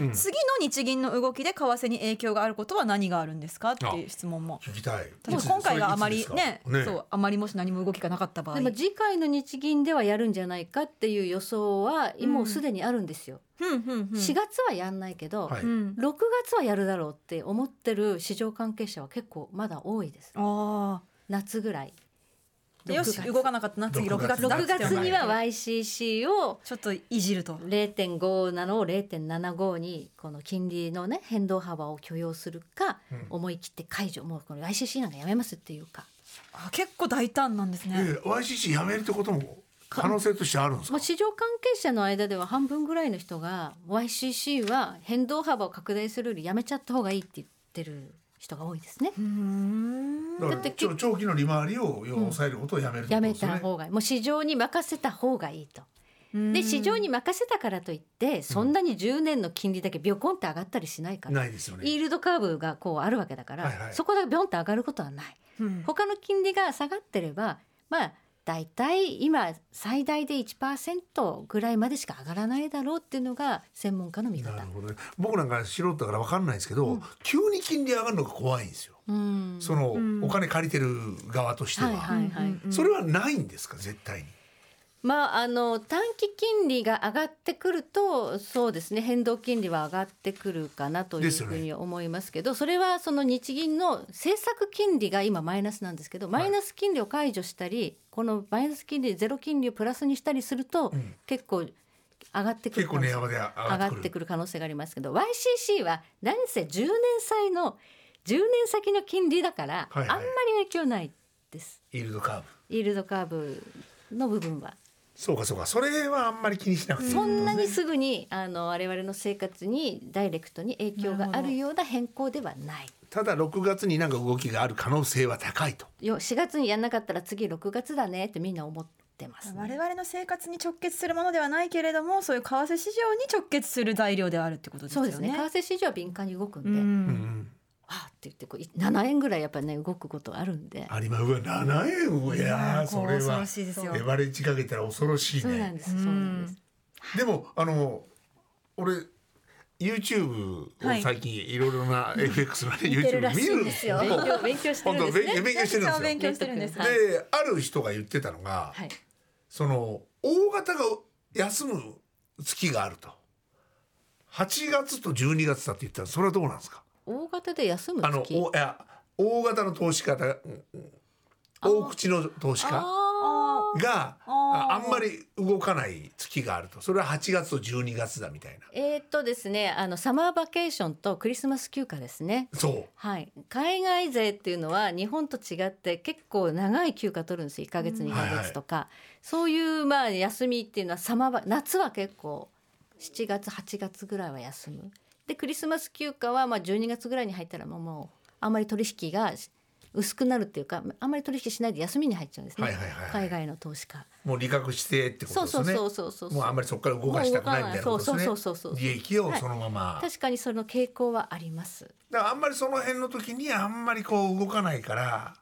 うん
次の日銀の動きで為替に影響があることは何があるんですかっていう質問も
聞きたい
多分今回があまりね
いつですか
そうあまりもし何も動きがなかった場合
でも次回の日銀ではやるんじゃないかっていう予想は
ん
もうすでにあるんです
う
よ、
んうんうん
4月はやんないけど、
はい
うん
6月はやるだろうって思ってる市場関係者は結構まだ多いです
あ
夏ぐらい
あよし
6月
動かなかったな次6月だ
6月には YCC を
ちょっといじると
0.5なのを0.75にこの金利のね変動幅を許容するか、
うん
思い切って解除もうこの ICC なんかやめますっていうか
あ結構大胆なんですね、
ええ YCC やめるってことも
か
可能性としてあるんです
ま
か
あ、市場関係者の間では半分ぐらいの人が YCC は変動幅を拡大するよりやめちゃった方がいいって言ってる人が多いですね。
だから
だって
長長期の利回りを要は抑えることをやめるってこ
や
と
め
ですよ
た
ね。
方がいいもう市場に任せた方がいいと。で市場に任せたからといってそんなに10年の金利だけビョコンって上がったりしないから、
ないですよね。
イールドカーブがこうあるわけだから、
はいはい
そこだけビョンって上がることはない。他の金利が下がってればまあだいたい今最大で1%ぐらいまでしか上がらないだろうっていうのが専門家の見
な
方
る。ほどね。僕なんか素人だから分かんないですけど、急に金利上がるのが怖いんですよ。
うん
その、
ん
お金借りてる側としては、
はいはいはい
それはないんですか絶対に。
まあ、あの短期金利が上がってくるとそうですね変動金利は上がってくるかなとい
で
う
すよ
ふ
ね
うに思いますけどそれはその日銀の政策金利が今マイナスなんですけどマイナス金利を解除したりこのマイナス金利ゼロ金利をプラスにしたりすると
ん
結構上がってく
結
る可
構
能
値
性
幅で上
上
がって
がっ
くる。
てくる可能性がありますけど YCC は何せ10年債の10年先の金利だから
は
あ
いは
ん
い
まり影響ないです。
イールドカーブ。
イールドカーブの部分は
そうかそうか。それはあんまり気にしなくていいって
そ
ことです
ん
ね
なにすぐにあの我々の生活にダイレクトに影響があるような変更ではない。
ただ6月になんか動きがある可能性は高いと。
よ4月にやんなかったら次6月だねってみんな思ってます、ね。
我々の生活に直結するものではないけれどもそういう為替市場に直結する材料であるってことです
そ
よ
う
ね。
ですね。為替市場は敏感に動くんで、
う
は
うん
ん
あって言ってこうい7円ぐらいやっぱね動くことあるんで。
ありまうわ7円をいやー
こ
そうれ
恐
は
ろしいですよ
レバレッジかけたら恐ろしい
そうな
ね
ん。です。そうなんです。
でもあの俺 YouTube を
はい
最近いろいろな FX のね
見て
YouTube
るらし
見
い
る
ん
ん
で
ですす
よ。
よ。
勉強勉強してる
本
んで
当
す
勉強
ね。
勉強してるんです
勉
よ。
強してるんです。
はい
である人が言ってたのが、
はい。
その大型が休む月があると。8月と12月だって言ったらそれはどうなんですか。
大型で休む
あの
月。
おいや大型の投資家だ、うんうん大口の投資家
あー
が
あー
ああんまり動かない月があるとそれは8月と12月だみたいな
えーっとですね、あのサマーバケーションとクリスマス休暇ですね。
そう
はい、海外勢っていうのは日本と違って結構長い休暇取るんですよ1ヶ月2ヶ月とか、そういうまあ休みっていうのはサマーバ夏は結構7月8月ぐらいは休むでクリスマス休暇はまあ12月ぐらいに入ったらもうもうあんまり取引が薄くなるっていうかあんまり取引しないで休みに入っちゃうんですね、
はいはいはいはい
海外の投資家。
もう利確してってこと
そう
です
そう
ね
そうそうそう
もうあんまりそこから動かしたくないみたいなことですね
もう動かないそうそうそうそうそう
利益をそのまま、
確かにその傾向はあります。
だからあんまりその辺の時にあんまりこう動かないから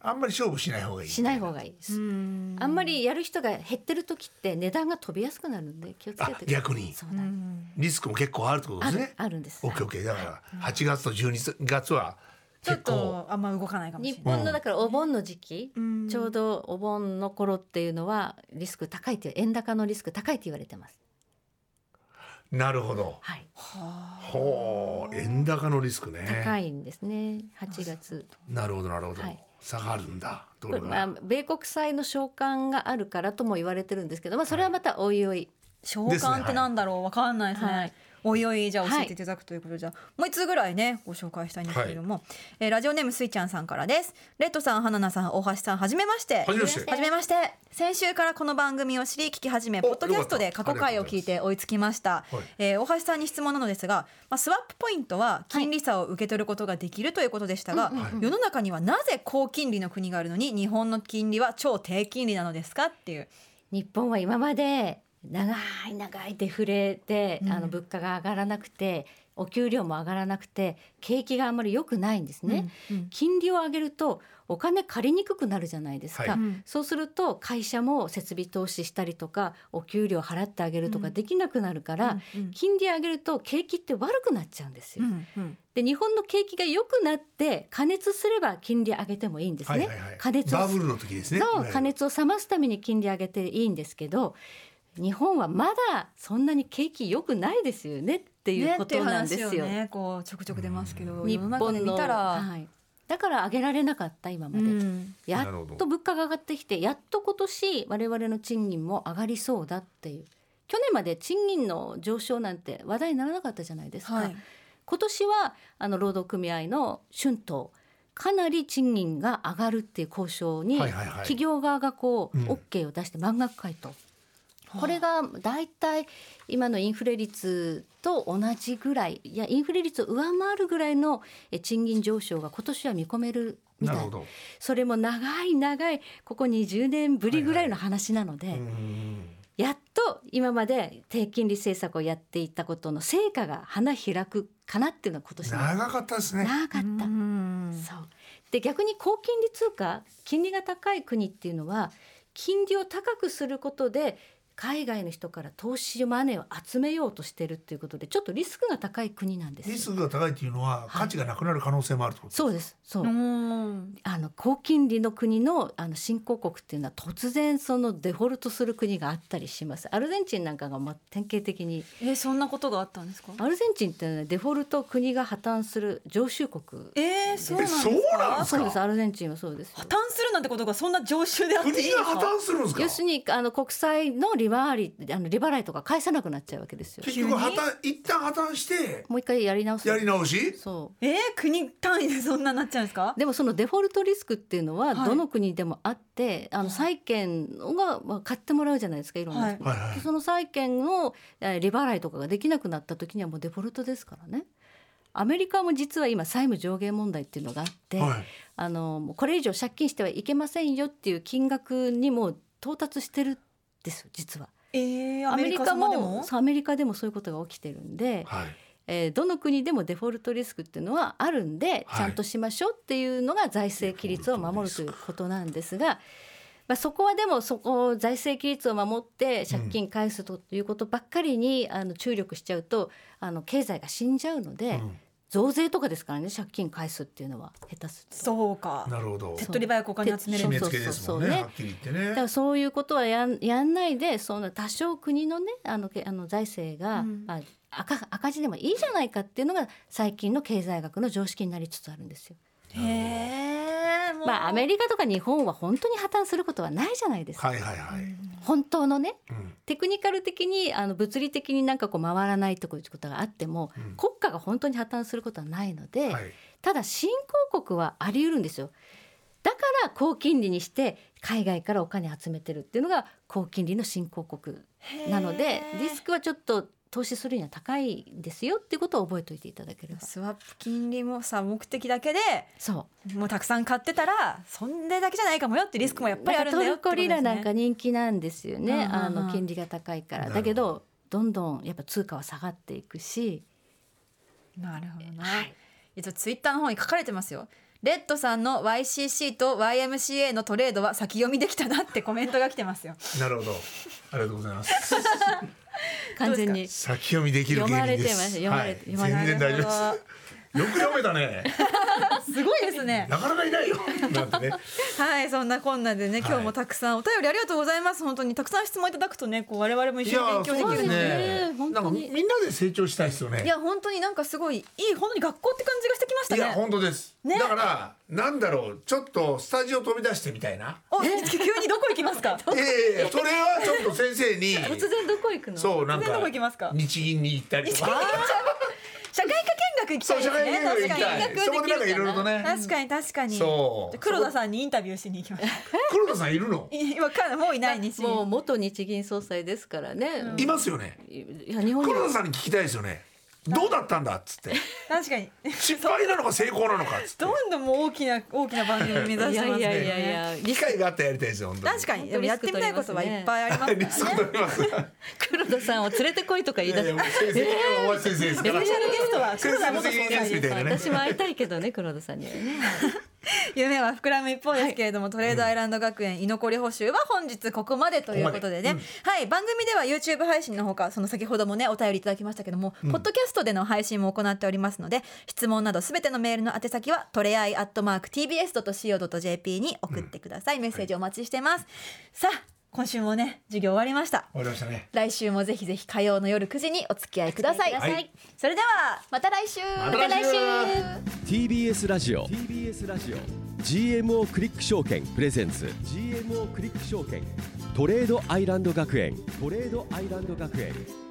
あんまり勝負しない方がいい
しない方がいいです。
うん
あんまりやる人が減ってる時って値段が飛びやすくなるんで気をつけて
あ逆に
そうなんです
リスクも結構あるってことで
あ
す
る
ね
あるんです
オッケーオッケーだから8月と12月は
ちょ
結構
っとあんま動かないかもし
日
れない。
本のだからお盆の時期、
うん
ちょうどお盆の頃っていうのはリスク高いって円高のリスク高いって言われてます
なるほど
はい、
ほう円高のリスクね
高いんですね8月
なるほどなるほど、
はい
差があるんだど
これ
れ
まあ
が
米国債の償還があるからとも言われてるんですけどまあそれはまたおいおい
召喚ってなんだろうわかんないですね、
はい
おいおいじゃあ教えていただくということでじゃあもう一通ぐらいねご紹介したいんですけれども、えーラジオネームすいちゃんさんからですレッドさん花菜さん大橋さんはじめまして
はじめまして
はじめまして先週からこの番組を知り聞き始め
お
ポッドキャストで
よか
過
った
去回を聞いて追いつきました
りがとうございます
えー大橋さんに質問なのですが、まあ、スワップポイントは金利差を受け取ることができるということでしたが、世の中にはなぜ高金利の国があるのに日本の金利は超低金利なのですかっていう
日本は今まで長い長いデフレで、あの物価が上がらなくてお給料も上がらなくて景気があんまり良くないんですね、金利を上げるとお金借りにくくなるじゃないですか、
はい
ん
そうすると会社も設備投資したりとかお給料払ってあげるとかできなくなるから、
うんうん
金利上げると景気って悪くなっちゃうんですよ、
うん
で日本の景気が良くなって加熱すれば金利上げてもいいんですね、
はいはいはい、
加熱を
バブルの時ですね
そう
いわゆる
加熱を冷ますために金利上げていいんですけど日本はまだそんなに景気良くないですよねっていうことなんです
ね
よ。
っていう話をね、こうちょくちょく出ますけど、
日
世の中
本
で
の
見たら、
はい、だから上げられなかった今ま
う
で、
ん、
や
なるほ
っ
ど
と物価が上がってきてやっと今年我々の賃金も上がりそうだっていう去年まで賃金の上昇なんて話題にならなかったじゃないですか。
はい
今年はあの労働組合の春闘かなり賃金が上がるっていう交渉に
はいはいはい
企業側がこう
うん
OK を出して満額回答、これが大体今のインフレ率と同じぐらいいやインフレ率を上回るぐらいのえ賃金上昇が今年は見込めるみ
な
たい
る
な
ほど。
それも長い長いここ20年ぶりぐらいの話なので、
うん
やっと今まで低金利政策をやっていたことの成果が花開くかなっていうのは今年の
長かったですね。
長かった。そうで逆に高金利通貨金利が高い国っていうのは金利を高くすることで海外の人から投資マネーを集めようとしてるっていうことでちょっとリスクが高い国なんですよ
リスクが高いっていうのは価値がなくなる可能性もあるってこと。
そうですそう、
うん
あの高金利の国のあの新興国っていうのは突然そのデフォルトする国があったりしますアルゼンチンなんかがまあ典型的に
えそんなことがあったんですか
アルゼンチンって、ね、デフォルト国が破綻する常習国
えー、そうなんです
えそうな
か
んですか
そうですアルゼンチンはそうですよ
破綻するなんてことがそんな常習であっていい
国が破綻するんですか
要。するにあの国債の利回りあの利払いとか返さなくなっちゃうわけですよ
結局破綻一旦破綻して
もう一回やり直す
やり直し。
そ
えー、国単位でそんななっちゃうんですか
うでもそのデフォルトリスクっていうのは
はい
どの国でもあって、あの債券がまあ買ってもらうじゃないですかいろんな、
はい
はいはい
で。その債券のえー利払いとかができなくなった時にはもうデフォルトですからねアメリカも実は今債務上限問題っていうのがあって、
はい。
あのもうこれ以上借金してはいけませんよっていう金額にもう到達してるんですよ実は
えー、アメリカ様でも
そうアメリカでもそういうことが起きてるんで、
はい。
えーどの国でもデフォルトリスクっていうのはあるんで、
はい
ちゃんとしましょうっていうのが財政規律を守るということなんですが。まあ、そこはでもそこを財政規律を守って借金返すということばっかりにあの注力しちゃうとあの経済が死んじゃうので、
うん
増税とかですからね借金返すっていうのは下手すると
そうか
なるほど
手。っ取り早くお金集めれ
締
る
め付けですもんね。
そうそうそう
はっきり言
だ
っ
か
てね。
らそういうことはやんやんないでそんな多少国のねあのけあの財政が、
うん
あ赤赤字でもいいじゃないかっていうのが最近の経済学の常識になりつつあるんですよ。
へえもう、
まあアメリカとか日本は本当に破綻することはないじゃないですか。
はいはいはい。
本当のね
うん
テクニカル的にあの物理的になんかこう回らないとこいうことがあっても、
うん
国家が本当に破綻することはないので、
はい。
ただ新興国はあり得るんですよ。だから高金利にして海外からお金集めてるっていうのが高金利の新興国なので
へー
リスクはちょっと投資するには高いんですよっていうことを覚えておいていただければ
スワップ金利もさ目的だけで
そう
もうたくさん買ってたらそんでだけじゃないかもよってリスクもやっぱ
ま
りあ
た
るん
ト
だよ
ル
ってこ
コ
とです、
リ
ね、
ラなんか人気なんですよね、
うんうんうん
あの金利が高いか
な
ら
るほど
だけどどんどんやっぱ通貨は下がっていくし、
なるほどな、
はい
えっとツイッターの方に書かれてますよレッドさんの YCC と YMCA のトレードは先読みできたなってコメントが来てますよ
なるほど。ありがとうござい ます。
完全に
先読みできる芸人です。
読まれてます読まれて
はい、全然大丈
な
夫
る
です。よく読めたね。
すごいですね
なかなかいないよ。なん てね。
はいそんなこんなでね
はい
今日もたくさんお便りありがとうございます本当にたくさん質問いただくとねこう我々も
い
一
や
緒に勉強でき
そう
る
です
ので
ね
ね。本
なん
当
かみ
に
んなで成長したいですよね。
いや本当になんかすごいいい本当に学校って感じがしてきました
いや
ね
本当です、
ね
だからなんだろうちょっとスタジオ飛び出してみたいな
お急にどこ行 きますか
いやいやいやそれはちょっと先生 に
突然どこ行くの
そうなん
突然どこ行きま
か
すか
日銀に行ったりとか
社会科見学行きた
そう
いです
社
ね
会見学行きたい
確かに
そこでなんかいろいろとね
確かに確かに
そう
黒田さんにインタビューしに行きました
黒田さんいるの
今からもういない西
もう元日銀総裁ですからね、
いますよね
いや日本に
黒
は
田さんに聞きたいですよねどうだったんだっつって
確かに
失敗なのか成功なのかっつって
どんどんもう大きな大きな番組目指してます
いや
ね
いやいやいやリ
機
スク
会があったらやりたいですよ本当に
確かにでもやってみたいことはいっぱいあります
リスク取り ますい
黒田さんを連れてこいとか言い
や
出
い
す
やもう先生今大橋先生ですから
スペシャルゲストは
先
黒
生
田
も
元
責
総
任ですみたい
裁
なね
私も会いたいけどね黒田さんにはね
夢は膨らむ一方ですけれども、トレードアイランド学園居残り補修は本日ここまでということでね、
ここ
はい番組では YouTube 配信のほかその先ほどもねお便りいただきましたけども、ポッドキャストでの配信も行っておりますので質問などすべてのメールの宛先はトレアイアットマーク TBS.CO.JP に送ってください、メッセージお待ちしています、さあ今週もね授業終わりました
終わりましたね
来週もぜひぜひ火曜の夜9時にお付き合いください
お付き合いくださいはい
それではまた来週
また来週
また来週
TBS ラジオ TBS ラジオ GMO クリック証券プレゼンツ GMO クリック証券トレードアイランド学園トレードアイランド学園